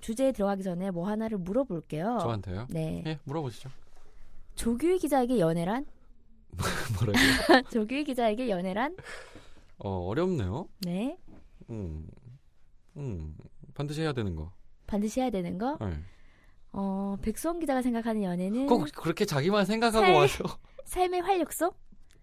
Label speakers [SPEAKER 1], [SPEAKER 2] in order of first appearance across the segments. [SPEAKER 1] 주제에 들어가기 전에 뭐 하나를 물어볼게요.
[SPEAKER 2] 저한테요.
[SPEAKER 1] 네,
[SPEAKER 2] 예, 물어보시죠.
[SPEAKER 1] 조규희 기자에게 연애란?
[SPEAKER 2] 뭐라고요?
[SPEAKER 1] 조규희 기자에게 연애란?
[SPEAKER 2] 어, 어렵네요.
[SPEAKER 1] 네,
[SPEAKER 2] 음, 음, 반드시 해야 되는 거.
[SPEAKER 1] 반드시 해야 되는 거.
[SPEAKER 2] 네.
[SPEAKER 1] 어, 백수원 기자가 생각하는 연애는
[SPEAKER 2] 꼭 그렇게 자기만 생각하고
[SPEAKER 1] 살-
[SPEAKER 2] 와서.
[SPEAKER 1] 삶의 활력소?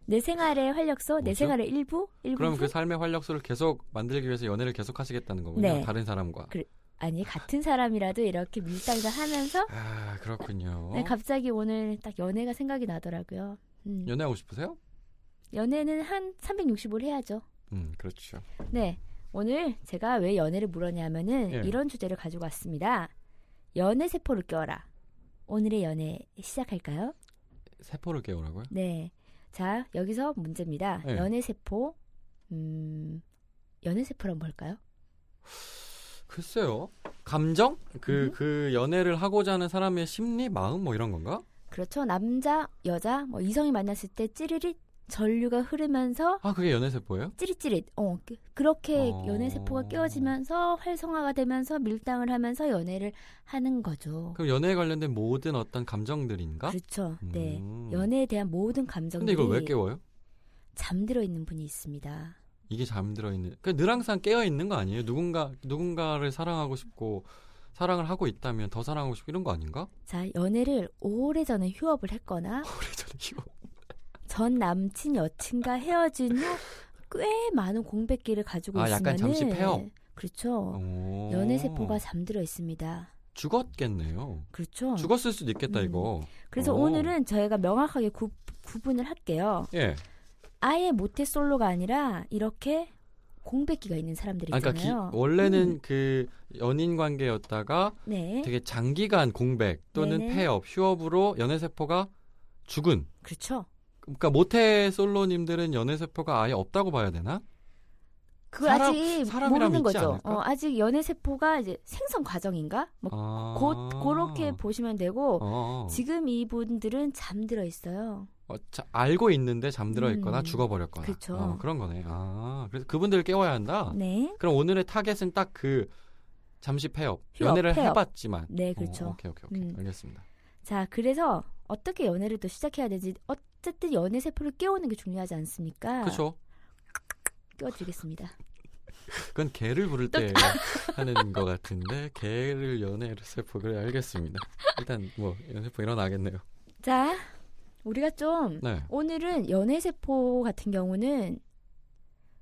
[SPEAKER 1] 내 생활의 활력소? 내
[SPEAKER 2] 뭐죠?
[SPEAKER 1] 생활의 일부? 일부?
[SPEAKER 2] 그럼 그 삶의 활력소를 계속 만들기 위해서 연애를 계속 하시겠다는 거군요.
[SPEAKER 1] 네.
[SPEAKER 2] 다른 사람과.
[SPEAKER 1] 그- 아니 같은 사람이라도 이렇게 밀당을 하면서
[SPEAKER 2] 아, 그렇군요.
[SPEAKER 1] 네, 갑자기 오늘 딱 연애가 생각이 나더라고요. 음.
[SPEAKER 2] 연애하고 싶으세요?
[SPEAKER 1] 연애는 한 365를 해야죠.
[SPEAKER 2] 음, 그렇죠.
[SPEAKER 1] 네. 오늘 제가 왜 연애를 물었냐면은
[SPEAKER 2] 예.
[SPEAKER 1] 이런 주제를 가지고 왔습니다. 연애 세포를 껴라. 오늘의 연애 시작할까요?
[SPEAKER 2] 세포를 깨우라고요?
[SPEAKER 1] 네. 자, 여기서 문제입니다.
[SPEAKER 2] 예.
[SPEAKER 1] 연애 세포. 음. 연애 세포란 뭘까요?
[SPEAKER 2] 글쎄요. 감정? 그,
[SPEAKER 1] 음.
[SPEAKER 2] 그 연애를 하고자 하는 사람의 심리, 마음 뭐 이런 건가?
[SPEAKER 1] 그렇죠. 남자, 여자, 뭐 이성이 만났을 때 찌릿릿 전류가 흐르면서
[SPEAKER 2] 아, 그게 연애 세포예요?
[SPEAKER 1] 찌릿찌릿. 어, 그- 그렇게
[SPEAKER 2] 어.
[SPEAKER 1] 연애 세포가 깨어지면서 활성화가 되면서 밀당을 하면서 연애를 하는 거죠.
[SPEAKER 2] 그럼 연애에 관련된 모든 어떤 감정들인가?
[SPEAKER 1] 그렇죠. 네.
[SPEAKER 2] 음.
[SPEAKER 1] 연애에 대한 모든
[SPEAKER 2] 근데
[SPEAKER 1] 감정들이
[SPEAKER 2] 이걸 왜 깨워요?
[SPEAKER 1] 잠들어 있는 분이 있습니다.
[SPEAKER 2] 이게 잠들어 있는. 그러니까 늘 항상 깨어 있는 거 아니에요? 누군가 누군가를 사랑하고 싶고 사랑을 하고 있다면 더 사랑하고 싶고 이런 거 아닌가?
[SPEAKER 1] 자, 연애를 오래전에 휴업을 했거나
[SPEAKER 2] 오래전에 이거.
[SPEAKER 1] 전 남친 여친과 헤어진 후 꽤 많은 공백기를 가지고
[SPEAKER 2] 아,
[SPEAKER 1] 있으면
[SPEAKER 2] 약간 잠시 폐업.
[SPEAKER 1] 그렇죠.
[SPEAKER 2] 오.
[SPEAKER 1] 연애 세포가 잠들어 있습니다.
[SPEAKER 2] 죽었겠네요.
[SPEAKER 1] 그렇죠.
[SPEAKER 2] 죽었을 수도 있겠다
[SPEAKER 1] 음.
[SPEAKER 2] 이거.
[SPEAKER 1] 그래서
[SPEAKER 2] 오.
[SPEAKER 1] 오. 늘은 저희가 명확하게 구, 분을 할게요.
[SPEAKER 2] 예.
[SPEAKER 1] 아예 모태 솔로가 아니라 이렇게 공백기가 있는 사람들이
[SPEAKER 2] 아, 그러니까 기-
[SPEAKER 1] 있잖아요.
[SPEAKER 2] 원래는
[SPEAKER 1] 음,
[SPEAKER 2] 그 연인 관계였다가
[SPEAKER 1] 네
[SPEAKER 2] 되게 장기간 공백 또는
[SPEAKER 1] 네네.
[SPEAKER 2] 폐업, 휴업으로 연애 세포가 죽은.
[SPEAKER 1] 그렇죠.
[SPEAKER 2] 그러니까 모태 솔로님들은 연애 세포가 아예 없다고 봐야 되나?
[SPEAKER 1] 그걸
[SPEAKER 2] 사람-
[SPEAKER 1] 아직
[SPEAKER 2] 사람이라면
[SPEAKER 1] 모르는
[SPEAKER 2] 있지
[SPEAKER 1] 거죠.
[SPEAKER 2] 않을까?
[SPEAKER 1] 어, 아직 연애 세포가 이제 생성 과정인가? 뭐
[SPEAKER 2] 아.
[SPEAKER 1] 곧 그렇게 보시면 되고
[SPEAKER 2] 어.
[SPEAKER 1] 지금 이분들은 잠들어 있어요.
[SPEAKER 2] 어, 자, 알고 있는데 잠들어
[SPEAKER 1] 음.
[SPEAKER 2] 있거나 죽어버렸거나
[SPEAKER 1] 그쵸.
[SPEAKER 2] 어, 그런 거네. 아, 그래서 그분들을 깨워야 한다.
[SPEAKER 1] 네,
[SPEAKER 2] 그럼 오늘의 타겟은 딱 그 잠시 폐업,
[SPEAKER 1] 휴업,
[SPEAKER 2] 연애를
[SPEAKER 1] 폐업.
[SPEAKER 2] 해봤지만.
[SPEAKER 1] 네 그렇죠.
[SPEAKER 2] 어, 오케이 오케이 오케이
[SPEAKER 1] 음.
[SPEAKER 2] 알겠습니다.
[SPEAKER 1] 자, 그래서 어떻게 연애를 또 시작해야 되지? 어쨌든 연애 세포를 깨우는 게 중요하지 않습니까?
[SPEAKER 2] 그렇죠.
[SPEAKER 1] 깨워드리겠습니다.
[SPEAKER 2] 그건 개를 부를 때 하는 것 같은데 개를 연애를 세포 그래 알겠습니다. 일단 뭐 연세포 일어나겠네요.
[SPEAKER 1] 자, 우리가 좀
[SPEAKER 2] 네.
[SPEAKER 1] 오늘은 연애 세포 같은 경우는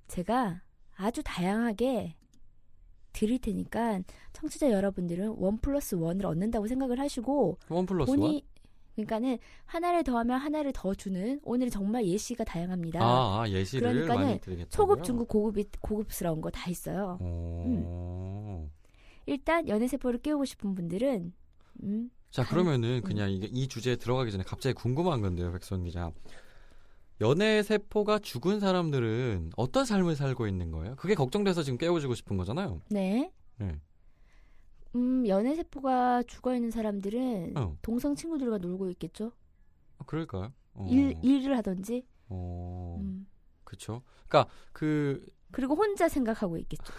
[SPEAKER 1] 제가 아주 다양하게 드릴 테니까 청취자 여러분들은 원 플러스 원을 얻는다고 생각을 하시고
[SPEAKER 2] 원 플러스 원.
[SPEAKER 1] 본인 그러니까는 하나를 더하면 하나를 더 주는 오늘 정말 예시가 다양합니다.
[SPEAKER 2] 아, 아 예시를
[SPEAKER 1] 그러니까는
[SPEAKER 2] 많이 드리겠다.
[SPEAKER 1] 초급, 음. 중급, 고급이 고급스러운 거 다 있어요. 일단 연애 세포를 깨우고 싶은 분들은 음,
[SPEAKER 2] 자
[SPEAKER 1] 단-
[SPEAKER 2] 그러면은 그냥 이게 이 주제에 들어가기 전에 갑자기 궁금한 건데요, 백선 기자. 연애 세포가 죽은 사람들은 어떤 삶을 살고 있는 거예요? 그게 걱정돼서 지금 깨워주고 싶은 거잖아요.
[SPEAKER 1] 네.
[SPEAKER 2] 네.
[SPEAKER 1] 음, 연애 세포가 죽어 있는 사람들은
[SPEAKER 2] 어,
[SPEAKER 1] 동성 친구들과 놀고 있겠죠.
[SPEAKER 2] 그럴까요? 어,
[SPEAKER 1] 일 일을 하든지.
[SPEAKER 2] 어,
[SPEAKER 1] 음.
[SPEAKER 2] 그렇죠. 그러니까 그
[SPEAKER 1] 그리고 혼자 생각하고 있겠죠.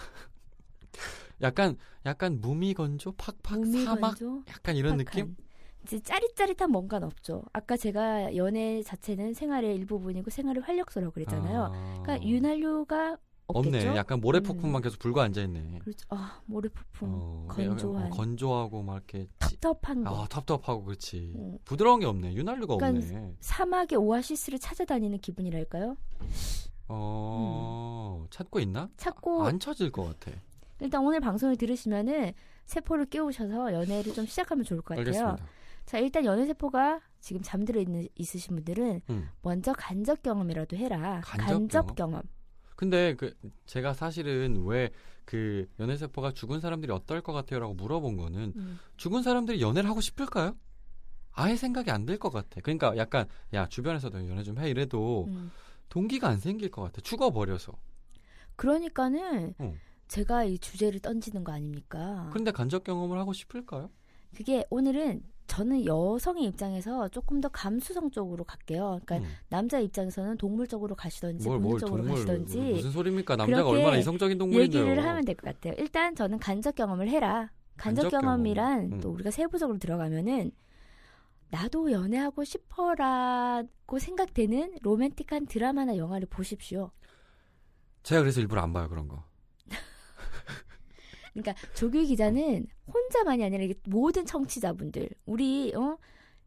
[SPEAKER 2] 약간 약간 무미건조, 팍팍
[SPEAKER 1] 몸이
[SPEAKER 2] 사막,
[SPEAKER 1] 건조,
[SPEAKER 2] 약간 이런
[SPEAKER 1] 팍팍한.
[SPEAKER 2] 느낌?
[SPEAKER 1] 이제 짜릿짜릿한 뭔가는 없죠. 아까 제가 연애 자체는 생활의 일부분이고 생활의 활력소라고 그랬잖아요.
[SPEAKER 2] 아,
[SPEAKER 1] 그러니까 윤활유가 없겠죠. 음.
[SPEAKER 2] 없네. 약간 모래 폭풍만 계속 불고 앉아 있네.
[SPEAKER 1] 그렇죠. 아, 모래 폭풍,
[SPEAKER 2] 어,
[SPEAKER 1] 건조한,
[SPEAKER 2] 건조하고 막 이렇게 찌-
[SPEAKER 1] 텁텁한 거.
[SPEAKER 2] 아, 텁텁하고 그렇지.
[SPEAKER 1] 음.
[SPEAKER 2] 부드러운 게 없네. 윤활유가
[SPEAKER 1] 그러니까
[SPEAKER 2] 없네.
[SPEAKER 1] 사막의 오아시스를 찾아다니는 기분이랄까요?
[SPEAKER 2] 어,
[SPEAKER 1] 음.
[SPEAKER 2] 찾고 있나?
[SPEAKER 1] 찾고
[SPEAKER 2] 아, 안 찾을 것 같아.
[SPEAKER 1] 일단 오늘 방송을 들으시면은 세포를 깨우셔서 연애를 좀 시작하면 좋을 것 같아요.
[SPEAKER 2] 알겠습니다.
[SPEAKER 1] 자, 일단 연애 세포가 지금 잠들어 있는 있으신 분들은
[SPEAKER 2] 음.
[SPEAKER 1] 먼저 간접 경험이라도 해라.
[SPEAKER 2] 간접
[SPEAKER 1] 경험.
[SPEAKER 2] 근데 그 제가 사실은 왜 그 연애 세포가 죽은 사람들이 어떨 것 같아요라고 물어본 거는
[SPEAKER 1] 음.
[SPEAKER 2] 죽은 사람들이 연애를 하고 싶을까요? 아예 생각이 안 들 것 같아. 그러니까 약간 야 주변에서도 연애 좀 해 이래도
[SPEAKER 1] 음.
[SPEAKER 2] 동기가 안 생길 것 같아. 죽어 버려서.
[SPEAKER 1] 그러니까는
[SPEAKER 2] 어.
[SPEAKER 1] 제가 이 주제를 던지는 거 아닙니까?
[SPEAKER 2] 그런데 간접 경험을 하고 싶을까요?
[SPEAKER 1] 그게 오늘은 저는 여성의 입장에서 조금 더 감수성 쪽으로 갈게요. 그러니까
[SPEAKER 2] 음.
[SPEAKER 1] 남자 입장에서는 동물 쪽으로 가시던지
[SPEAKER 2] 뭘, 뭘
[SPEAKER 1] 본능적으로
[SPEAKER 2] 동물
[SPEAKER 1] 가시던지
[SPEAKER 2] 무슨 소리입니까? 남자가
[SPEAKER 1] 그렇게
[SPEAKER 2] 얼마나 이성적인 동물인데요.
[SPEAKER 1] 얘기를 하면 될 것 같아요. 일단 저는 간접 경험을 해라. 간접,
[SPEAKER 2] 간접
[SPEAKER 1] 경험이란
[SPEAKER 2] 경험. 음.
[SPEAKER 1] 또 우리가 세부적으로 들어가면은 나도 연애하고 싶어라고 생각되는 로맨틱한 드라마나 영화를 보십시오.
[SPEAKER 2] 제가 그래서 일부러 안 봐요 그런 거.
[SPEAKER 1] 그러니까 조규 기자는 혼자만이 아니라 이게 모든 청취자분들 우리 어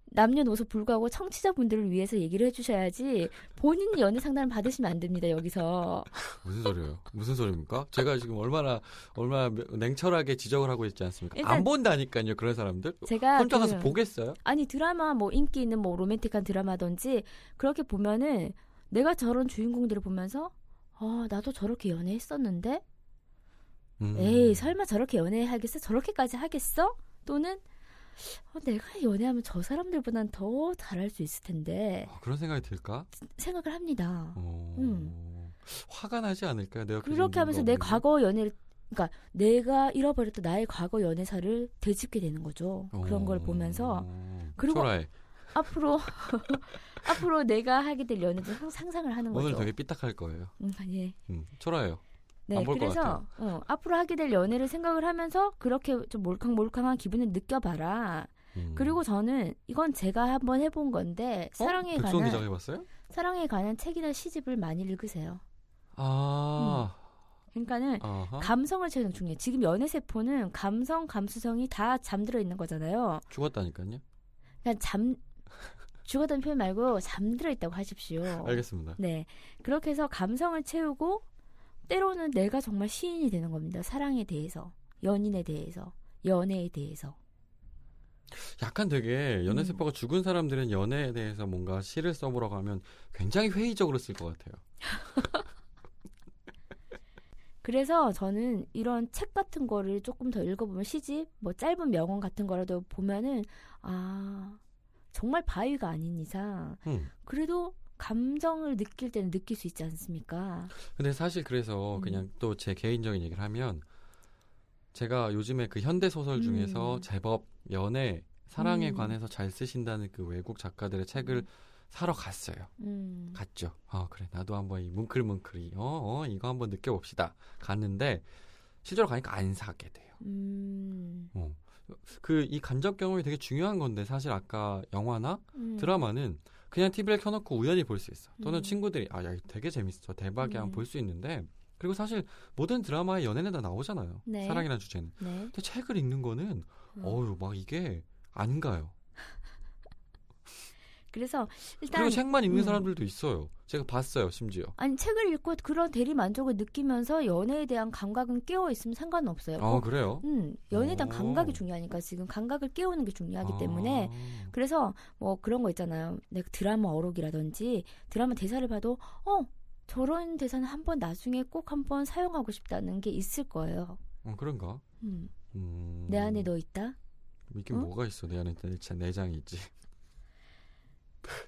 [SPEAKER 1] 남녀노소 불구하고 청취자분들을 위해서 얘기를 해주셔야지 본인 연애 상담을 받으시면 안 됩니다 여기서
[SPEAKER 2] 무슨 소리예요? 무슨 소리입니까? 제가 지금 얼마나 얼마나 냉철하게 지적을 하고 있지 않습니까?
[SPEAKER 1] 일단-
[SPEAKER 2] 안 본다니까요 그런 사람들.
[SPEAKER 1] 제가
[SPEAKER 2] 혼자 가서
[SPEAKER 1] 그-
[SPEAKER 2] 보겠어요?
[SPEAKER 1] 아니 드라마 뭐 인기 있는 뭐 로맨틱한 드라마든지 그렇게 보면은 내가 저런 주인공들을 보면서 아 나도 저렇게 연애했었는데
[SPEAKER 2] 음.
[SPEAKER 1] 에이 설마 저렇게 연애하겠어 저렇게까지 하겠어 또는 어, 내가 연애하면 저 사람들보단 더 잘할 수 있을 텐데
[SPEAKER 2] 아, 그런 생각이 들까?
[SPEAKER 1] 생각을 합니다.
[SPEAKER 2] 어...
[SPEAKER 1] 음.
[SPEAKER 2] 화가 나지 않을까요? 내가 그
[SPEAKER 1] 그렇게 하면서
[SPEAKER 2] 정도가
[SPEAKER 1] 내
[SPEAKER 2] 없는데?
[SPEAKER 1] 과거 연애를 그러니까 내가 잃어버렸던 나의 과거 연애사를 되짚게 되는 거죠. 그런 걸
[SPEAKER 2] 어.
[SPEAKER 1] 보면서 그리고
[SPEAKER 2] 그리고 초라해.
[SPEAKER 1] 앞으로 앞으로 내가 하게 될 연애도 상- 상상을 하는 거죠.
[SPEAKER 2] 오늘 되게 삐딱할 거예요.
[SPEAKER 1] 음, 예.
[SPEAKER 2] 음, 초라해요.
[SPEAKER 1] 네,
[SPEAKER 2] 안볼것
[SPEAKER 1] 그래서 어, 앞으로 하게 될 연애를 생각을 하면서 그렇게 좀 몰캉몰캉한 기분을 느껴봐라.
[SPEAKER 2] 음.
[SPEAKER 1] 그리고 저는 이건 제가 한번 해본 건데
[SPEAKER 2] 어?
[SPEAKER 1] 사랑에
[SPEAKER 2] 백성
[SPEAKER 1] 관한
[SPEAKER 2] 기자 해봤어요?
[SPEAKER 1] 사랑에 관한 책이나 시집을 많이 읽으세요.
[SPEAKER 2] 아,
[SPEAKER 1] 그러니까는
[SPEAKER 2] 아하.
[SPEAKER 1] 감성을 채우는 중요해. 지금 연애 세포는 감성, 감수성이 다 잠들어 있는 거잖아요.
[SPEAKER 2] 죽었다니까요.
[SPEAKER 1] 그러니까 잠 죽었다는 표현 말고 잠들어 있다고 하십시오.
[SPEAKER 2] 알겠습니다.
[SPEAKER 1] 네, 그렇게 해서 감성을 채우고 때로는 내가 정말 시인이 되는 겁니다. 사랑에 대해서, 연인에 대해서, 연애에 대해서.
[SPEAKER 2] 약간 되게
[SPEAKER 1] 음.
[SPEAKER 2] 연애 세포가 죽은 사람들은 연애에 대해서 뭔가 시를 써보라고 하면 굉장히 회의적으로 쓸 것 같아요.
[SPEAKER 1] 그래서 저는 이런 책 같은 거를 조금 더 읽어보면 시집, 뭐 짧은 명언 같은 거라도 보면은 아 정말 바위가 아닌 이상
[SPEAKER 2] 음.
[SPEAKER 1] 그래도 감정을 느낄 때는 느낄 수 있지 않습니까?
[SPEAKER 2] 근데 사실 그래서
[SPEAKER 1] 음.
[SPEAKER 2] 그냥 또 제 개인적인 얘기를 하면 제가 요즘에 그 현대 소설
[SPEAKER 1] 음.
[SPEAKER 2] 중에서 제법 연애, 사랑에
[SPEAKER 1] 음.
[SPEAKER 2] 관해서 잘 쓰신다는 그 외국 작가들의 책을 사러 갔어요.
[SPEAKER 1] 음,
[SPEAKER 2] 갔죠. 아 그래 나도 한번 이 뭉클뭉클이 어, 어 이거 한번 느껴봅시다. 갔는데 실제로 가니까 안 사게 돼요.
[SPEAKER 1] 음,
[SPEAKER 2] 그 이 간접 경험이 되게 중요한 건데 사실 아까 영화나
[SPEAKER 1] 음.
[SPEAKER 2] 드라마는 그냥 TV를 켜놓고 우연히 볼 수 있어. 또는
[SPEAKER 1] 음.
[SPEAKER 2] 친구들이 아, 야, 이거 되게 재밌어. 대박이야.
[SPEAKER 1] 음.
[SPEAKER 2] 볼 수 있는데. 그리고 사실 모든 드라마에 연애는 다 나오잖아요.
[SPEAKER 1] 네.
[SPEAKER 2] 사랑이라는 주제는.
[SPEAKER 1] 네.
[SPEAKER 2] 근데 책을 읽는 거는
[SPEAKER 1] 음.
[SPEAKER 2] 어유, 막 이게 안 가요.
[SPEAKER 1] 그래서 일단
[SPEAKER 2] 그리고 책만 읽는
[SPEAKER 1] 음.
[SPEAKER 2] 사람들도 있어요. 제가 봤어요, 심지어.
[SPEAKER 1] 아니 책을 읽고 그런 대리 만족을 느끼면서 연애에 대한 감각은 깨어 있으면 상관없어요.
[SPEAKER 2] 아, 그래요?
[SPEAKER 1] 음, 연애에 대한
[SPEAKER 2] 오.
[SPEAKER 1] 감각이 중요하니까 지금 감각을 깨우는 게 중요하기 때문에
[SPEAKER 2] 아.
[SPEAKER 1] 그래서 뭐 그런 거 있잖아요. 내가 드라마 어록이라든지 드라마 대사를 봐도 어 저런 대사는 한번 나중에 꼭 한번 사용하고 싶다는 게 있을 거예요.
[SPEAKER 2] 어, 그런가?
[SPEAKER 1] 음,
[SPEAKER 2] 음.
[SPEAKER 1] 내 안에 너 있다.
[SPEAKER 2] 이게
[SPEAKER 1] 어?
[SPEAKER 2] 뭐가 있어? 내 안에 내 내장이 있지.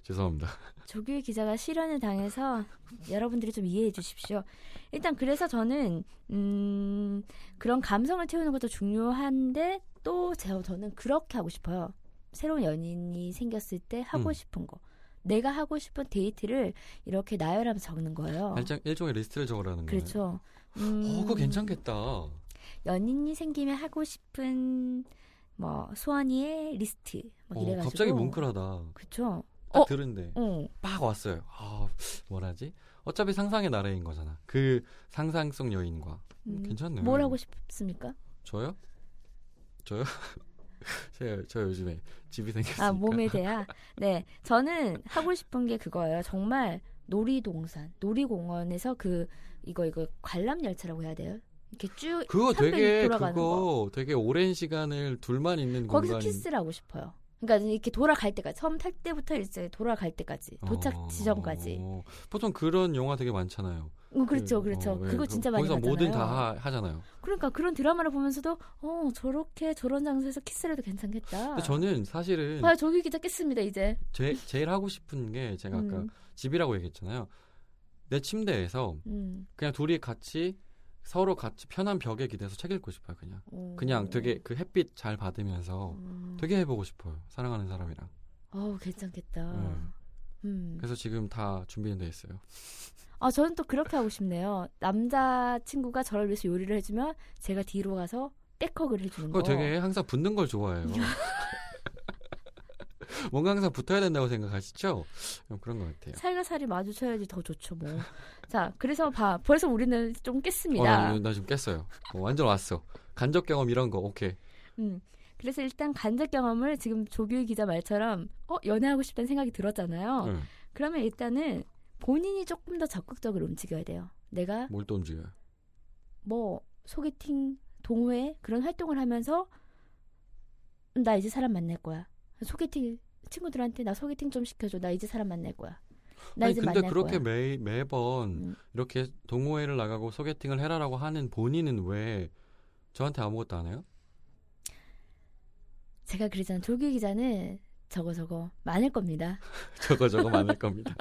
[SPEAKER 2] 죄송합니다.
[SPEAKER 1] 조규 기자가 실현을 당해서 여러분들이 좀 이해해 주십시오. 일단 그래서 저는 음, 그런 감성을 채우는 것도 중요한데 또 제- 저는 그렇게 하고 싶어요. 새로운 연인이 생겼을 때 하고
[SPEAKER 2] 음.
[SPEAKER 1] 싶은 거. 내가 하고 싶은 데이트를 이렇게 나열하면서 적는 거예요.
[SPEAKER 2] 일종, 일종의 리스트를 적으라는 거예요.
[SPEAKER 1] 어. 그렇죠. 음,
[SPEAKER 2] 어, 그거 괜찮겠다.
[SPEAKER 1] 연인이 생기면 하고 싶은 뭐 소원이의 리스트 막
[SPEAKER 2] 어,
[SPEAKER 1] 이래가지고
[SPEAKER 2] 갑자기 뭉클하다.
[SPEAKER 1] 그렇죠.
[SPEAKER 2] 딱
[SPEAKER 1] 어?
[SPEAKER 2] 들은데
[SPEAKER 1] 어.
[SPEAKER 2] 빡 왔어요. 아, 뭐라지? 어차피 상상의 나래인 거잖아. 그 상상 속 여인과
[SPEAKER 1] 음,
[SPEAKER 2] 괜찮네요.
[SPEAKER 1] 뭘 하고 싶습니까?
[SPEAKER 2] 저요? 저요? 제가 저 요즘에 집이 생겼으니까.
[SPEAKER 1] 아 몸에 대한 네 저는 하고 싶은 게 그거예요 정말 놀이동산 놀이공원에서 그 이거 이거 관람 열차라고 해야 돼요 이렇게 쭉
[SPEAKER 2] 그거
[SPEAKER 1] 삼백이
[SPEAKER 2] 되게
[SPEAKER 1] 돌아가는
[SPEAKER 2] 그거 되게 오랜 시간을 둘만 있는
[SPEAKER 1] 거기서
[SPEAKER 2] 공간.
[SPEAKER 1] 키스를 하고 싶어요 그러니까 이렇게 돌아갈 때까지 처음 탈 때부터 이제 돌아갈 때까지 도착 지점까지
[SPEAKER 2] 어, 보통 그런 영화 되게 많잖아요.
[SPEAKER 1] 어, 그렇죠,
[SPEAKER 2] 그,
[SPEAKER 1] 그렇죠.
[SPEAKER 2] 어, 예,
[SPEAKER 1] 그거
[SPEAKER 2] 그-
[SPEAKER 1] 진짜 많이
[SPEAKER 2] 거기서
[SPEAKER 1] 봤잖아요.
[SPEAKER 2] 뭐든 다 하- 하잖아요.
[SPEAKER 1] 그러니까 그런 드라마를 보면서도 어 저렇게 저런 장소에서 키스를 해도 괜찮겠다.
[SPEAKER 2] 근데 저는 사실은
[SPEAKER 1] 아 조규 기자 깼습니다 이제.
[SPEAKER 2] 제, 제일 하고 싶은 게 제가 아까
[SPEAKER 1] 음.
[SPEAKER 2] 집이라고 얘기했잖아요. 내 침대에서
[SPEAKER 1] 음.
[SPEAKER 2] 그냥 둘이 같이 서로 같이 편한 벽에 기대서 책 읽고 싶어요. 그냥
[SPEAKER 1] 어.
[SPEAKER 2] 그냥 되게 그 햇빛 잘 받으면서
[SPEAKER 1] 어.
[SPEAKER 2] 되게 해보고 싶어요. 사랑하는 사람이랑.
[SPEAKER 1] 어우 괜찮겠다.
[SPEAKER 2] 음.
[SPEAKER 1] 음.
[SPEAKER 2] 그래서 지금 다 준비는 돼 있어요.
[SPEAKER 1] 아 저는 또 그렇게 하고 싶네요. 남자 친구가 저를 위해서 요리를 해주면 제가 뒤로 가서 백허그를 해주는
[SPEAKER 2] 그거
[SPEAKER 1] 거.
[SPEAKER 2] 되게 항상 붙는 걸 좋아해요. 뭔가 항상 붙어야 된다고 생각하시죠? 그럼 그런 것 같아요.
[SPEAKER 1] 살과 살이 마주쳐야지 더 좋죠 뭐. 자 그래서 봐 벌써 우리는 좀
[SPEAKER 2] 어, 나,
[SPEAKER 1] 깼습니다.
[SPEAKER 2] 나 지금 깼어요. 어, 완전 왔어. 간접 경험 이런 거 오케이.
[SPEAKER 1] 음. 그래서 일단 간접 경험을 지금 조규희 기자 말처럼 어 연애하고 싶다는 생각이 들었잖아요.
[SPEAKER 2] 응.
[SPEAKER 1] 그러면 일단은 본인이 조금 더 적극적으로 움직여야 돼요. 내가
[SPEAKER 2] 뭘 또 움직여요?
[SPEAKER 1] 뭐 소개팅, 동호회 그런 활동을 하면서 음, 나 이제 사람 만날 거야. 소개팅 친구들한테 나 소개팅 좀 시켜줘. 나 이제 사람 만날 거야. 나
[SPEAKER 2] 아니,
[SPEAKER 1] 이제
[SPEAKER 2] 근데
[SPEAKER 1] 만날
[SPEAKER 2] 그렇게
[SPEAKER 1] 거야.
[SPEAKER 2] 매, 매번
[SPEAKER 1] 음.
[SPEAKER 2] 이렇게 동호회를 나가고 소개팅을 해라라고 하는 본인은 왜 저한테 아무것도 안 해요?
[SPEAKER 1] 제가 그러잖아요. 조규 기자는 저거 저거 많을 겁니다.
[SPEAKER 2] 저거 저거 많을 겁니다.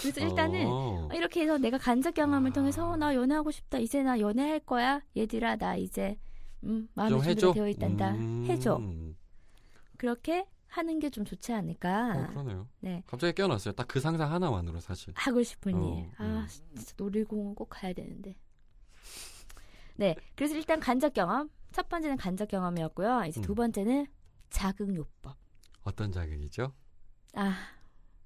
[SPEAKER 1] 그래서 일단은
[SPEAKER 2] 어.
[SPEAKER 1] 이렇게 해서 내가 간접 경험을
[SPEAKER 2] 아.
[SPEAKER 1] 통해서 어, 나 연애하고 싶다. 이제 나 연애할 거야. 얘들아 나 이제 음, 마음의
[SPEAKER 2] 좀
[SPEAKER 1] 준비가 되어 있단다.
[SPEAKER 2] 음.
[SPEAKER 1] 해줘.
[SPEAKER 2] 어,
[SPEAKER 1] 그렇게 하는 게 좀 좋지 않을까.
[SPEAKER 2] 그러네요.
[SPEAKER 1] 네.
[SPEAKER 2] 갑자기 깨어났어요. 딱 그 상상 하나만으로 사실.
[SPEAKER 1] 하고 싶은
[SPEAKER 2] 어,
[SPEAKER 1] 일. 아,
[SPEAKER 2] 음.
[SPEAKER 1] 진짜 놀이공원 꼭 가야 되는데. 네. 그래서 일단 간접 경험. 첫 번째는 간접 경험이었고요. 이제 두
[SPEAKER 2] 음.
[SPEAKER 1] 번째는 자극요법.
[SPEAKER 2] 어떤 자극이죠?
[SPEAKER 1] 아,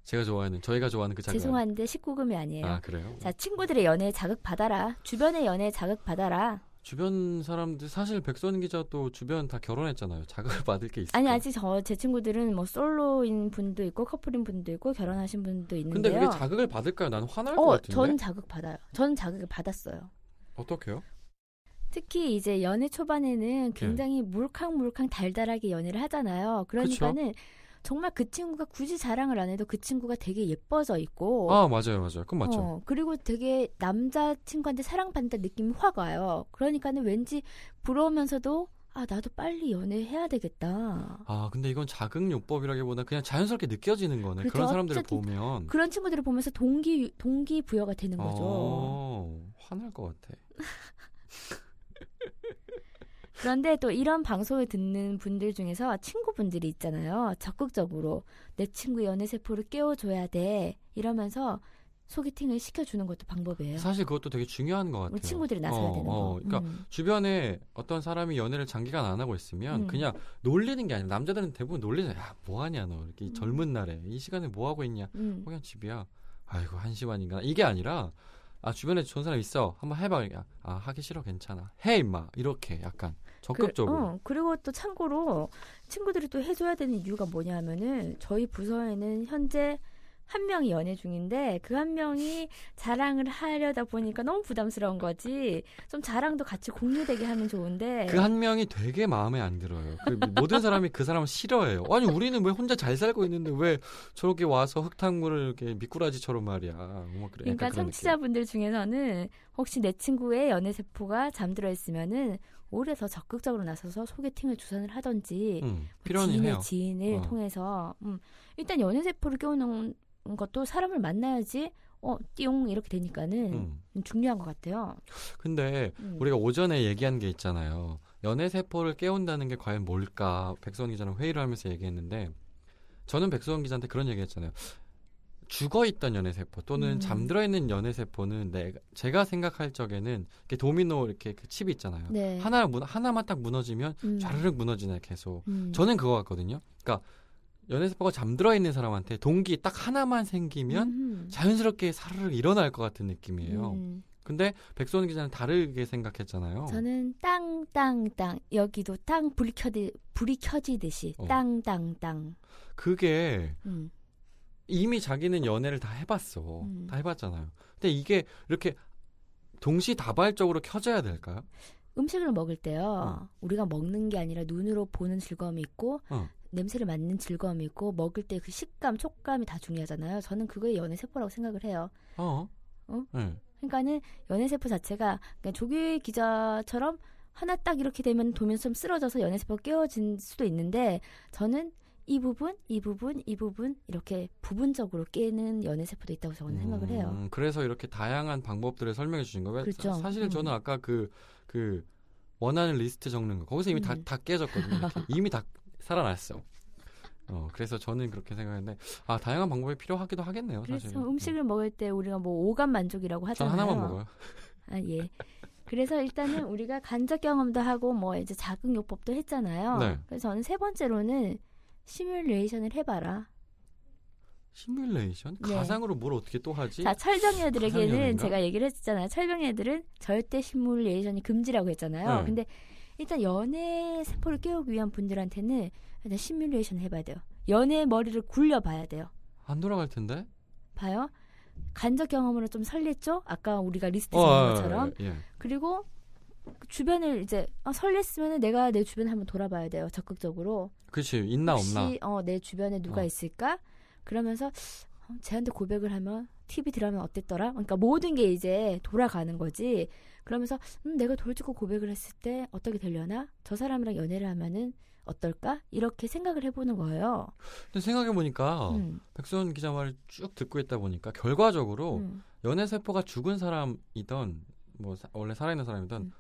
[SPEAKER 2] 제가 좋아하는 저희가 좋아하는 그 자극.
[SPEAKER 1] 죄송한데 19금이 아니에요.
[SPEAKER 2] 아 그래요?
[SPEAKER 1] 자, 친구들의 연애에 자극받아라. 주변의 연애에 자극받아라.
[SPEAKER 2] 주변 사람들 사실 백선 기자도 주변 다 결혼했잖아요. 자극을 받을 게 있어요.
[SPEAKER 1] 아니, 아직 저, 제 친구들은 뭐 솔로인 분도 있고 커플인 분도 있고 결혼하신 분도
[SPEAKER 2] 근데
[SPEAKER 1] 있는데요.
[SPEAKER 2] 그게 자극을 받을까요? 나는 화날 것
[SPEAKER 1] 어,
[SPEAKER 2] 같은데.
[SPEAKER 1] 저는 자극받아요. 저는 자극을 받았어요.
[SPEAKER 2] 어떻게요?
[SPEAKER 1] 특히 이제 연애
[SPEAKER 2] 네.
[SPEAKER 1] 초반에는 굉장히 물캉물캉 달달하게 연애를 하잖아요. 그러니까는 정말 그 친구가 굳이 자랑을 안 해도 그 친구가 되게 예뻐져 있고
[SPEAKER 2] 아 맞아요, 맞아요. 그건 맞죠.
[SPEAKER 1] 어, 그리고 되게 남자 친구한테 사랑받는다 느낌이 확 와요. 그러니까는 왠지 부러우면서도 아 나도 빨리 연애해야 되겠다.
[SPEAKER 2] 아 근데 이건 자극요법이라기보다 그냥 자연스럽게 느껴지는 거네.
[SPEAKER 1] 그렇죠.
[SPEAKER 2] 그런 사람들을
[SPEAKER 1] 어쨌든
[SPEAKER 2] 보면.
[SPEAKER 1] 그런 친구들을 보면서 동기 동기 부여가 되는 거죠.
[SPEAKER 2] 어, 화날 것 같아.
[SPEAKER 1] 그런데 또 이런 방송을 듣는 분들 중에서 친구분들이 있잖아요. 적극적으로 내 친구 연애 세포를 깨워줘야 돼 이러면서 소개팅을 시켜주는 것도 방법이에요.
[SPEAKER 2] 사실 그것도 되게 중요한 것 같아요.
[SPEAKER 1] 우리 친구들이 나서야
[SPEAKER 2] 어,
[SPEAKER 1] 되는
[SPEAKER 2] 어,
[SPEAKER 1] 거.
[SPEAKER 2] 그러니까
[SPEAKER 1] 음.
[SPEAKER 2] 주변에 어떤 사람이 연애를 장기간 안 하고 있으면
[SPEAKER 1] 음.
[SPEAKER 2] 그냥 놀리는 게 아니라 남자들은 대부분 놀리잖아요. 야, 뭐 하냐 너 이렇게
[SPEAKER 1] 음.
[SPEAKER 2] 젊은 날에 이 시간에 뭐 하고 있냐?
[SPEAKER 1] 음.
[SPEAKER 2] 그냥 집이야. 아이고 한시 반인가 이게 아니라 아 주변에 좋은 사람 있어 한번 해봐 이렇게. 아 하기 싫어 괜찮아 해 임마 이렇게 약간 적극적으로
[SPEAKER 1] 그, 리고또 참고로 친구들이 또 해줘야 되는 이유가 뭐냐면은 저희 부서에는 현재 한 명이 연애 중인데 그 한 명이 자랑을 하려다 보니까 너무 부담스러운 거지. 좀 자랑도 같이 공유되게 하면 좋은데.
[SPEAKER 2] 그 한 명이 되게 마음에 안 들어요 그 모든 사람이 그 사람을 싫어해요 아니 우리는 왜 혼자 잘 살고 있는데 왜 저렇게 와서 흙탕물을 이렇게 미꾸라지처럼 말이야 뭐 그래 약간
[SPEAKER 1] 그러니까
[SPEAKER 2] 그런
[SPEAKER 1] 청취자분들 중에서는 혹시 내 친구의 연애 세포가 잠들어 있으면은 오히려 더 적극적으로 나서서 소개팅을 주선을 하던지
[SPEAKER 2] 느낌 음,
[SPEAKER 1] 뭐
[SPEAKER 2] 필요는
[SPEAKER 1] 지인의
[SPEAKER 2] 해요
[SPEAKER 1] 지인을
[SPEAKER 2] 어.
[SPEAKER 1] 통해서 음, 일단 연애 세포를 깨우는 것도 사람을 만나야지 어 띠용 이렇게 되니까는
[SPEAKER 2] 음.
[SPEAKER 1] 중요한 것 같아요.
[SPEAKER 2] 근데
[SPEAKER 1] 음.
[SPEAKER 2] 우리가 오전에 얘기한 게 있잖아요. 연애 세포를 깨운다는 게 과연 뭘까? 백수원 기자랑 회의를 하면서 얘기했는데 저는 백수원 기자한테 그런 얘기했잖아요. 죽어 있던 연애 세포 또는
[SPEAKER 1] 음.
[SPEAKER 2] 잠들어 있는 연애 세포는 내가 제가 생각할 적에는 이렇게 도미노 이렇게 그 칩이 있잖아요.
[SPEAKER 1] 네.
[SPEAKER 2] 하나 무너, 하나만 딱 무너지면
[SPEAKER 1] 음,
[SPEAKER 2] 좌르륵 무너지네 계속.
[SPEAKER 1] 음.
[SPEAKER 2] 저는 그거 같거든요. 그러니까 연애 세포가 잠들어 있는 사람한테 동기 딱 하나만 생기면
[SPEAKER 1] 음,
[SPEAKER 2] 자연스럽게 사르르 일어날 것 같은 느낌이에요.
[SPEAKER 1] 음.
[SPEAKER 2] 근데 백수원 기자는 다르게 생각했잖아요.
[SPEAKER 1] 저는 땅땅땅 여기도 땅 불이 켜지 불이 켜지듯이
[SPEAKER 2] 어.
[SPEAKER 1] 땅땅땅.
[SPEAKER 2] 그게
[SPEAKER 1] 음.
[SPEAKER 2] 이미 자기는 연애를 다 해봤어.
[SPEAKER 1] 음.
[SPEAKER 2] 다 해봤잖아요. 근데 이게 이렇게 동시다발적으로 켜져야 될까요?
[SPEAKER 1] 음식을 먹을 때요 우리가 먹는 게 아니라 눈으로 보는 즐거움이 있고
[SPEAKER 2] 어.
[SPEAKER 1] 냄새를 맡는 즐거움이 있고 먹을 때 그 식감 촉감이 다 중요하잖아요 저는 그거에 연애 세포라고 생각을 해요
[SPEAKER 2] 어. 네.
[SPEAKER 1] 그러니까는 연애 세포 자체가 그러니까 조규 기자처럼 하나 딱 이렇게 되면 도면처럼 쓰러져서 연애 세포 가 깨어진 수도 있는데 저는 이 부분, 이 부분, 이 부분 이렇게 부분적으로 깨는 연애 세포도 있다고 저는 생각을 해요.
[SPEAKER 2] 음, 그래서 이렇게 다양한 방법들을 설명해 주신 거예요.
[SPEAKER 1] 그렇죠.
[SPEAKER 2] 사실
[SPEAKER 1] 음.
[SPEAKER 2] 저는 아까 그, 그, 원하는 리스트 적는 거. 거기서 이미 다,
[SPEAKER 1] 음.
[SPEAKER 2] 다 깨졌거든요. 이렇게. 이미 다 살아났어. 어, 그래서 저는 그렇게 생각했는데, 아, 다양한 방법이 필요하기도 하겠네요,
[SPEAKER 1] 그래서
[SPEAKER 2] 사실은.
[SPEAKER 1] 음식을 먹을 때 우리가 뭐 오감 만족이라고
[SPEAKER 2] 전
[SPEAKER 1] 하잖아요.
[SPEAKER 2] 하나만 먹어요.
[SPEAKER 1] 아 예. 그래서 일단은 우리가 간접 경험도 하고 뭐 이제 자극 요법도 했잖아요.
[SPEAKER 2] 네.
[SPEAKER 1] 그래서 저는 세 번째로는 시뮬레이션을 해봐라.
[SPEAKER 2] 시뮬레이션?
[SPEAKER 1] 네.
[SPEAKER 2] 가상으로 뭘 어떻게 또 하지?
[SPEAKER 1] 자 철병녀들에게는
[SPEAKER 2] 가상연애인가?
[SPEAKER 1] 제가 얘기를 했잖아요. 철병녀들은 절대 시뮬레이션이 금지라고 했잖아요.
[SPEAKER 2] 네.
[SPEAKER 1] 근데 일단 연애 세포를 깨우기 위한 분들한테는 일단 시뮬레이션 해봐야 돼요. 연애의 머리를 굴려봐야 돼요.
[SPEAKER 2] 안 돌아갈 텐데?
[SPEAKER 1] 봐요. 간접 경험으로 좀 설렜죠? 아까 우리가 리스트 적는 것처럼.
[SPEAKER 2] 예, 예.
[SPEAKER 1] 그리고 그 주변을 이제 아, 설렜으면 내가 내 주변 한번 돌아봐야 돼요 적극적으로
[SPEAKER 2] 그치, 있나
[SPEAKER 1] 혹시
[SPEAKER 2] 없나.
[SPEAKER 1] 어, 내 주변에 누가
[SPEAKER 2] 어.
[SPEAKER 1] 있을까 그러면서 어, 쟤한테 고백을 하면 TV 드라마 어땠더라 그러니까 모든 게 이제 돌아가는 거지 그러면서 음, 내가 돌직구 고백을 했을 때 어떻게 되려나 저 사람이랑 연애를 하면은 어떨까 이렇게 생각을 해보는 거예요
[SPEAKER 2] 근데 생각해보니까,
[SPEAKER 1] 음,
[SPEAKER 2] 백수원 기자 말을 쭉 듣고 있다 보니까, 결과적으로,
[SPEAKER 1] 음.
[SPEAKER 2] 연애 세포가 죽은 사람이던 뭐 사- 원래 살아있는 사람이던
[SPEAKER 1] 음.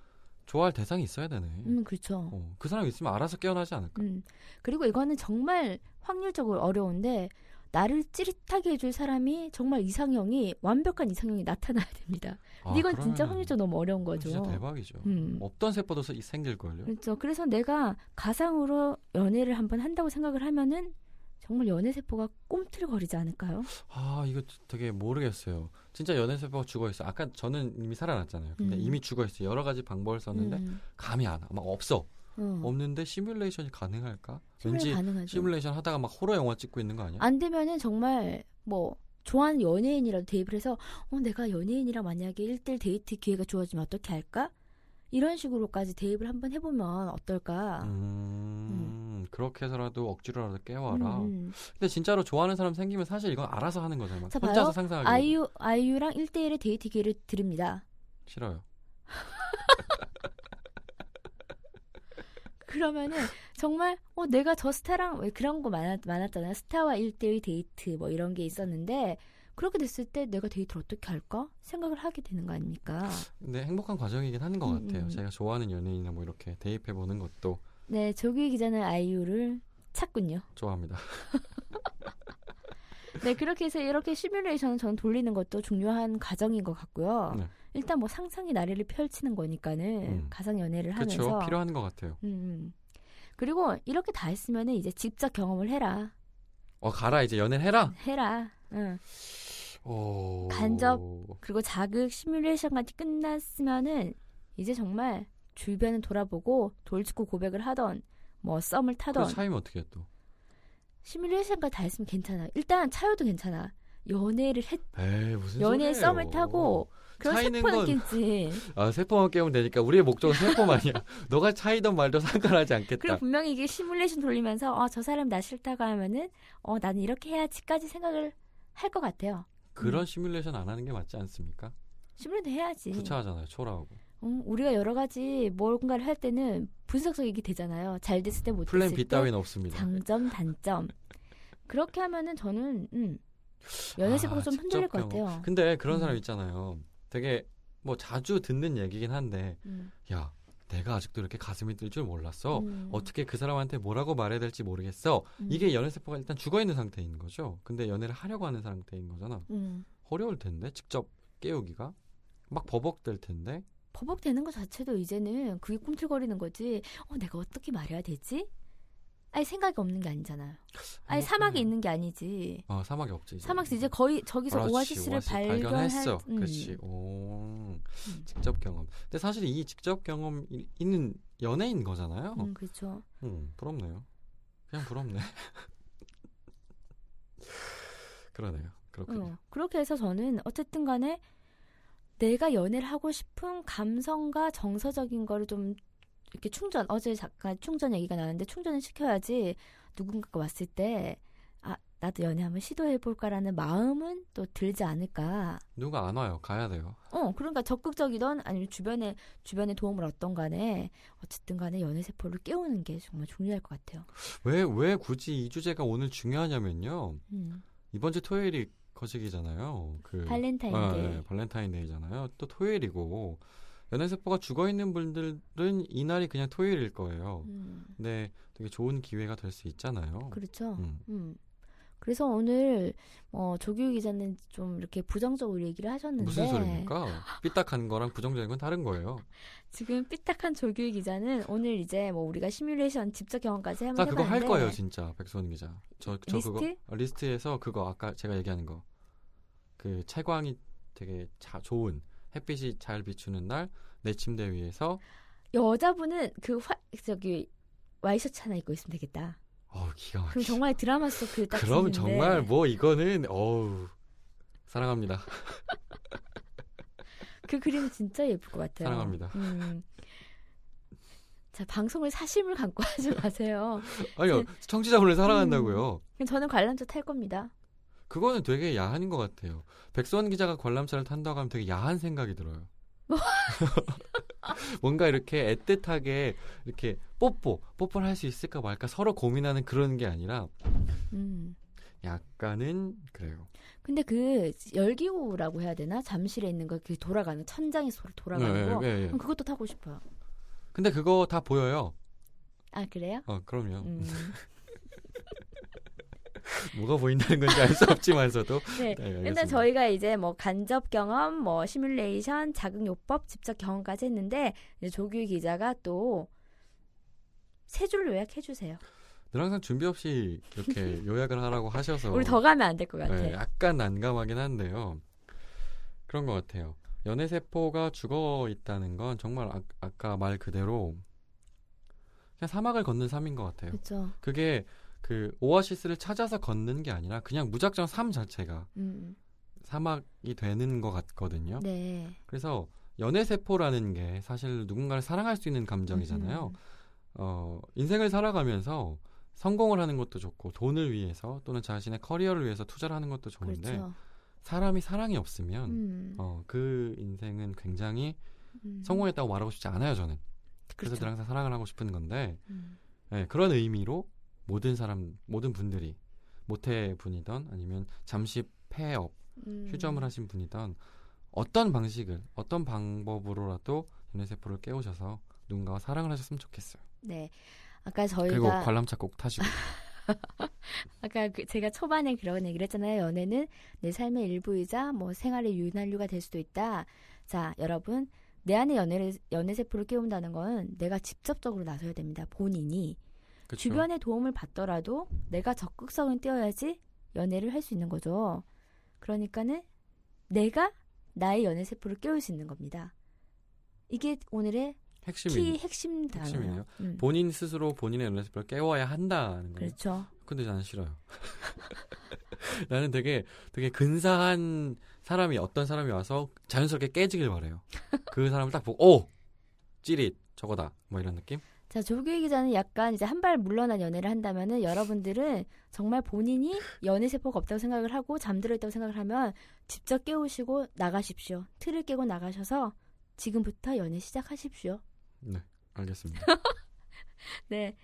[SPEAKER 2] 좋아할 대상이 있어야 되네.
[SPEAKER 1] 음, 그렇죠
[SPEAKER 2] 어, 그 사람이 있으면 알아서 깨어나지 않을까.
[SPEAKER 1] 음. 그리고 이거는 정말 확률적으로 어려운데 나를 찌릿하게 해줄 사람이 정말 이상형이 완벽한 이상형이 나타나야 됩니다.
[SPEAKER 2] 아,
[SPEAKER 1] 근데 이건
[SPEAKER 2] 그러면은
[SPEAKER 1] 진짜 확률적으로 너무 어려운 거죠.
[SPEAKER 2] 진짜 대박이죠. 어.
[SPEAKER 1] 음.
[SPEAKER 2] 없던 세포도 서- 생길걸요.
[SPEAKER 1] 그렇죠. 그래서 내가 가상으로 연애를 한번 한다고 생각을 하면은 정말 연애 세포가 꿈틀거리지 않을까요?
[SPEAKER 2] 아 이거 되게 모르겠어요. 진짜 연애 세포가 죽어 있어. 아까 저는 이미 살아났잖아요. 근데
[SPEAKER 1] 음.
[SPEAKER 2] 이미 죽어 있어. 여러 가지 방법을 썼는데
[SPEAKER 1] 음.
[SPEAKER 2] 감이 안 와. 막 없어.
[SPEAKER 1] 어.
[SPEAKER 2] 없는데 시뮬레이션이 가능할까?
[SPEAKER 1] 시뮬레이션
[SPEAKER 2] 왠지
[SPEAKER 1] 가능하죠.
[SPEAKER 2] 시뮬레이션 하다가 막 호러 영화 찍고 있는 거 아니야?
[SPEAKER 1] 안 되면은 정말 뭐 좋아하는 연예인이라도 대입을 해서 어 내가 연예인이랑 만약에 1대1 데이트 기회가 주어지면 어떻게 할까? 이런 식으로까지 대입을 한번 해보면 어떨까?
[SPEAKER 2] 음, 그렇게 해서라도 억지로라도
[SPEAKER 1] 음,
[SPEAKER 2] 깨워라.
[SPEAKER 1] 음.
[SPEAKER 2] 근데 진짜로 좋아하는 사람 생기면 사실 이건 알아서 하는 거잖아요. 막
[SPEAKER 1] 자, 봐요.
[SPEAKER 2] 혼자서 상상하기
[SPEAKER 1] 아이유 아이유랑 1대1의 데이트 기회를 드립니다.
[SPEAKER 2] 싫어요.
[SPEAKER 1] 그러면은 정말 어 내가 저 스타랑 왜 그런 거 많았, 많았잖아요. 스타와 1대1 데이트 뭐 이런 게 있었는데 그렇게 됐을 때 내가 데이트를 어떻게 할까 생각을 하게 되는 거 아닙니까?
[SPEAKER 2] 근데 행복한 과정이긴 하는 것
[SPEAKER 1] 음,
[SPEAKER 2] 같아요.
[SPEAKER 1] 음.
[SPEAKER 2] 제가 좋아하는 연예인이나 뭐 이렇게 대입해 보는 것도
[SPEAKER 1] 네 조규 기자는 아이유를 찾군요.
[SPEAKER 2] 좋아합니다.
[SPEAKER 1] 네, 그렇게 해서 이렇게 시뮬레이션을 저는 돌리는 것도 중요한 과정인 것 같고요.
[SPEAKER 2] 네.
[SPEAKER 1] 일단 뭐 상상이 나래를 펼치는 거니까는
[SPEAKER 2] 음.
[SPEAKER 1] 가상 연애를
[SPEAKER 2] 그렇죠.
[SPEAKER 1] 하면서.
[SPEAKER 2] 필요한 것 같아요.
[SPEAKER 1] 음, 음. 그리고 이렇게 다 했으면은 이제 직접 경험을 해라,
[SPEAKER 2] 어 가라 이제 연애 해라.
[SPEAKER 1] 해라. 응.
[SPEAKER 2] 오.
[SPEAKER 1] 간접. 그리고 자극 시뮬레이션까지 끝났으면은 이제 정말 주변을 돌아보고 돌직구 고백을 하던 뭐 썸을
[SPEAKER 2] 그
[SPEAKER 1] 타던
[SPEAKER 2] 차이면 어떻게 해, 또?
[SPEAKER 1] 시뮬레이션까지 다 했으면 괜찮아. 일단 차요도 괜찮아. 연애를 했,
[SPEAKER 2] 에이 무슨
[SPEAKER 1] 연애
[SPEAKER 2] 소리예요.
[SPEAKER 1] 썸을 타고 그런
[SPEAKER 2] 차이는
[SPEAKER 1] 세포
[SPEAKER 2] 건-
[SPEAKER 1] 느낀지.
[SPEAKER 2] 아 세포만 깨우면 되니까 우리의 목적은 세포만이야. 너가 차이든 말든 상관하지
[SPEAKER 1] 그리고
[SPEAKER 2] 않겠다.
[SPEAKER 1] 분명히 이게 시뮬레이션 돌리면서 어, 저 사람 나 싫다고 하면은 어, 나는 이렇게 해야지까지 생각을 할 것 같아요.
[SPEAKER 2] 그런 시뮬레이션 안 하는 게 맞지 않습니까?
[SPEAKER 1] 시뮬레이션 해야지.
[SPEAKER 2] 부차하잖아요. 초라하고.
[SPEAKER 1] 음, 우리가 여러 가지 뭔가를 할 때는 분석적이 되잖아요. 잘 됐을 때 못 됐을
[SPEAKER 2] 플랜 B
[SPEAKER 1] 때
[SPEAKER 2] 따위는 없습니다.
[SPEAKER 1] 장점 단점. 그렇게 하면은 저는 음, 연애
[SPEAKER 2] 아,
[SPEAKER 1] 세포가 좀 흔들릴 것
[SPEAKER 2] 직접 경험.
[SPEAKER 1] 같아요.
[SPEAKER 2] 근데 그런 사람
[SPEAKER 1] 음.
[SPEAKER 2] 있잖아요. 되게 뭐 자주 듣는 얘기긴 한데
[SPEAKER 1] 음,
[SPEAKER 2] 야 내가 아직도 이렇게 가슴이 뛸 줄 몰랐어.
[SPEAKER 1] 음,
[SPEAKER 2] 어떻게 그 사람한테 뭐라고 말해야 될지 모르겠어.
[SPEAKER 1] 음,
[SPEAKER 2] 이게 연애 세포가 일단 죽어 있는 상태인 거죠. 근데 연애를 하려고 하는 상태인 거잖아.
[SPEAKER 1] 음,
[SPEAKER 2] 어려울 텐데 직접 깨우기가 막 버벅될 텐데.
[SPEAKER 1] 버벅대는 것 자체도 이제는 그게 꿈틀거리는 거지. 어, 내가 어떻게 말해야 되지? 아예 생각이 없는 게 아니잖아요. 아예
[SPEAKER 2] 행복하네.
[SPEAKER 1] 사막에 있은 게 아니지.
[SPEAKER 2] 어 사막이 없지. 이제.
[SPEAKER 1] 사막에서 이제 거의 저기서
[SPEAKER 2] 그렇지,
[SPEAKER 1] 오아시스를
[SPEAKER 2] 오아시스
[SPEAKER 1] 발견할
[SPEAKER 2] 발견했어.
[SPEAKER 1] 음.
[SPEAKER 2] 그렇지. 오 직접 경험. 근데 사실 이 직접 경험 이- 있는 연예인 거잖아요.
[SPEAKER 1] 음, 그렇죠.
[SPEAKER 2] 음, 부럽네요. 그냥 부럽네. 그러네요. 그렇군요.
[SPEAKER 1] 어, 그렇게 해서 저는 어쨌든 간에 내가 연애를 하고 싶은 감성과 정서적인 거를 좀 이렇게 충전 어제 잠깐 충전 얘기가 나는데 충전을 시켜야지 누군가가 왔을 때 아 나도 연애 한번 시도해 볼까라는 마음은 또 들지 않을까.
[SPEAKER 2] 누가 안 와요. 가야 돼요.
[SPEAKER 1] 어, 그러니까 적극적이던 아니면 주변에 주변의 도움을 얻던 간에 어쨌든 간에 연애 세포를 깨우는 게 정말 중요할 것 같아요.
[SPEAKER 2] 왜, 왜 굳이 이 주제가 오늘 중요하냐면요.
[SPEAKER 1] 음.
[SPEAKER 2] 이번 주 토요일이 거시기잖아요. 그
[SPEAKER 1] 발렌타인데이.
[SPEAKER 2] 아, 네, 발렌타인데이잖아요. 또 토요일이고 연애세포가 죽어 있는 분들은 이날이 그냥 토요일일 거예요.
[SPEAKER 1] 음,
[SPEAKER 2] 네, 되게 좋은 기회가 될 수 있잖아요.
[SPEAKER 1] 그렇죠.
[SPEAKER 2] 음.
[SPEAKER 1] 음. 그래서 오늘 어, 조규 기자는 좀 이렇게 부정적으로 얘기를 하셨는데
[SPEAKER 2] 무슨 소리입니까? 삐딱한 거랑 부정적인 건 다른 거예요.
[SPEAKER 1] 지금 삐딱한 조규 기자는 오늘 이제 뭐 우리가 시뮬레이션 직접 경험까지 한번
[SPEAKER 2] 자, 그거
[SPEAKER 1] 해봤는데
[SPEAKER 2] 할 거예요, 진짜. 백소원 기자. 저, 저
[SPEAKER 1] 리스트?
[SPEAKER 2] 그거 어, 리스트에서 그거 아까 제가 얘기하는 거. 그 채광이 되게 자, 좋은 햇빛이 잘 비추는 날 내 침대 위에서
[SPEAKER 1] 여자분은 그 화, 저기 와이셔츠 하나 입고 있으면 되겠다.
[SPEAKER 2] 어우 기가 막히죠.
[SPEAKER 1] 그럼 정말 드라마 속 그딱
[SPEAKER 2] 아, 그럼 정말 뭐 이거는 어우 사랑합니다.
[SPEAKER 1] 그 그림 진짜 예쁠 것 같아요.
[SPEAKER 2] 사랑합니다.
[SPEAKER 1] 음. 자 방송을 사심을 갖고 하지 마세요.
[SPEAKER 2] 아니요 청취자분을 사랑한다고요.
[SPEAKER 1] 그냥 저는 관람차 탈 겁니다.
[SPEAKER 2] 그거는 되게 야한 것 같아요. 백수원 기자가 관람차를 탄다고 하면 되게 야한 생각이 들어요.
[SPEAKER 1] 뭐?
[SPEAKER 2] 뭔가 이렇게 애틋하게 이렇게 뽀뽀 뽀뽀를 할 수 있을까 말까 서로 고민하는 그런 게 아니라
[SPEAKER 1] 음.
[SPEAKER 2] 약간은 그래요.
[SPEAKER 1] 근데 그 열기구라고 해야 되나 잠실에 있는 거 그 돌아가는 천장에 서 돌아가는 거
[SPEAKER 2] 예, 예, 예.
[SPEAKER 1] 그럼 그것도 타고 싶어요.
[SPEAKER 2] 근데 그거 다 보여요.
[SPEAKER 1] 아 그래요?
[SPEAKER 2] 어 그럼요.
[SPEAKER 1] 음.
[SPEAKER 2] 뭐가 보인다는 건지 알 수 없지만서도
[SPEAKER 1] 네.
[SPEAKER 2] 네, 알겠습니다.
[SPEAKER 1] 일단 저희가 이제 뭐 간접 경험, 뭐 시뮬레이션, 자극 요법, 집착 경험까지 했는데 이제 조규 기자가 또 세 줄로 요약해 주세요.
[SPEAKER 2] 늘 항상 준비 없이 이렇게 요약을 하라고 하셔서
[SPEAKER 1] 우리 더 가면 안 될 것 같아.
[SPEAKER 2] 어. 네, 약간 난감하긴 한데요. 그런 것 같아요. 연애 세포가 죽어 있다는 건 정말 아, 까말 그대로 그냥 사막을 걷는 삶인 것 같아요.
[SPEAKER 1] 그렇죠.
[SPEAKER 2] 그게 그 오아시스를 찾아서 걷는 게 아니라 그냥 무작정 삶 자체가
[SPEAKER 1] 음.
[SPEAKER 2] 사막이 되는 것 같거든요.
[SPEAKER 1] 네.
[SPEAKER 2] 그래서 연애 세포라는 게 사실 누군가를 사랑할 수 있는 감정이잖아요.
[SPEAKER 1] 음.
[SPEAKER 2] 어, 인생을 살아가면서 성공을 하는 것도 좋고 돈을 위해서 또는 자신의 커리어를 위해서 투자를 하는 것도 좋은데
[SPEAKER 1] 그렇죠.
[SPEAKER 2] 사람이 사랑이 없으면
[SPEAKER 1] 음.
[SPEAKER 2] 어, 그 인생은 굉장히
[SPEAKER 1] 음.
[SPEAKER 2] 성공했다고 말하고 싶지 않아요 저는 그래서 늘
[SPEAKER 1] 그렇죠.
[SPEAKER 2] 항상 사랑을 하고 싶은 건데
[SPEAKER 1] 음.
[SPEAKER 2] 예, 그런 의미로 모든 사람 모든 분들이 모태 분이던 아니면 잠시 폐업
[SPEAKER 1] 음.
[SPEAKER 2] 휴점을 하신 분이던 어떤 방식을 어떤 방법으로라도 연애세포를 깨우셔서 누군가와 사랑을 하셨으면 좋겠어요
[SPEAKER 1] 네. 아까
[SPEAKER 2] 그리고
[SPEAKER 1] 저희가
[SPEAKER 2] 관람차 꼭 타시고
[SPEAKER 1] 아까 그 제가 초반에 그런 얘기를 했잖아요. 연애는 내 삶의 일부이자 뭐 생활의 윤활유가 될 수도 있다. 자, 여러분. 내 안에 연애를, 연애세포를 깨운다는 건 내가 직접적으로 나서야 됩니다. 본인이.
[SPEAKER 2] 그쵸?
[SPEAKER 1] 주변의 도움을 받더라도 내가 적극성을 띄어야지 연애를 할 수 있는 거죠. 그러니까는 내가 나의 연애세포를 깨울 수 있는 겁니다. 이게 오늘의 키
[SPEAKER 2] 핵심이
[SPEAKER 1] 핵심 단어예요.
[SPEAKER 2] 핵심이네요.
[SPEAKER 1] 음,
[SPEAKER 2] 본인 스스로 본인의 연애세포를 깨워야 한다는 거예요
[SPEAKER 1] 그렇죠.
[SPEAKER 2] 근데 나는 싫어요. 나는 되게 되게 근사한 사람이 어떤 사람이 와서 자연스럽게 깨지길 바래요. 그 사람을 딱 보고 오 찌릿 저거다 뭐 이런 느낌.
[SPEAKER 1] 자, 조규희 기자는 약간 이제 한 발 물러난 연애를 한다면은 여러분들은 정말 본인이 연애 세포가 없다고 생각을 하고 잠들어 있다고 생각을 하면 직접 깨우시고 나가십시오. 틀을 깨고 나가셔서 지금부터 연애 시작하십시오.
[SPEAKER 2] 알겠습니다.
[SPEAKER 1] 네.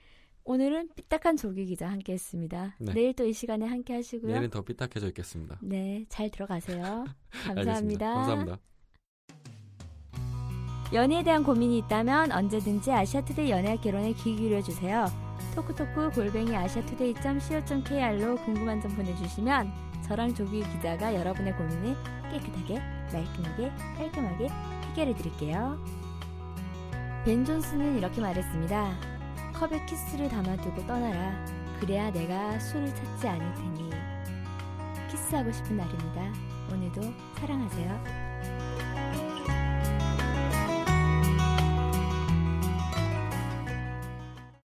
[SPEAKER 1] 오늘은 삐딱한 조규 기자 함께 했습니다.
[SPEAKER 2] 네.
[SPEAKER 1] 내일 또 이 시간에 함께 하시고요.
[SPEAKER 2] 내일은 더 삐딱해져 있겠습니다.
[SPEAKER 1] 네, 잘 들어가세요.
[SPEAKER 2] 알겠습니다. 감사합니다.
[SPEAKER 1] 연애에 대한 고민이 있다면 언제든지 아시아투데이 연애학 개론에 귀 기울여주세요. 토크토크 골뱅이 아시아투데이.co.kr로 궁금한 점 보내주시면 저랑 조규 기자가 여러분의 고민을 깨끗하게, 말끔하게, 깔끔하게 해결해드릴게요. 벤 존슨은 이렇게 말했습니다. 컵에 키스를 담아두고 떠나라. 그래야 내가 술을 찾지 않을 테니. 키스하고 싶은 날입니다. 오늘도 사랑하세요.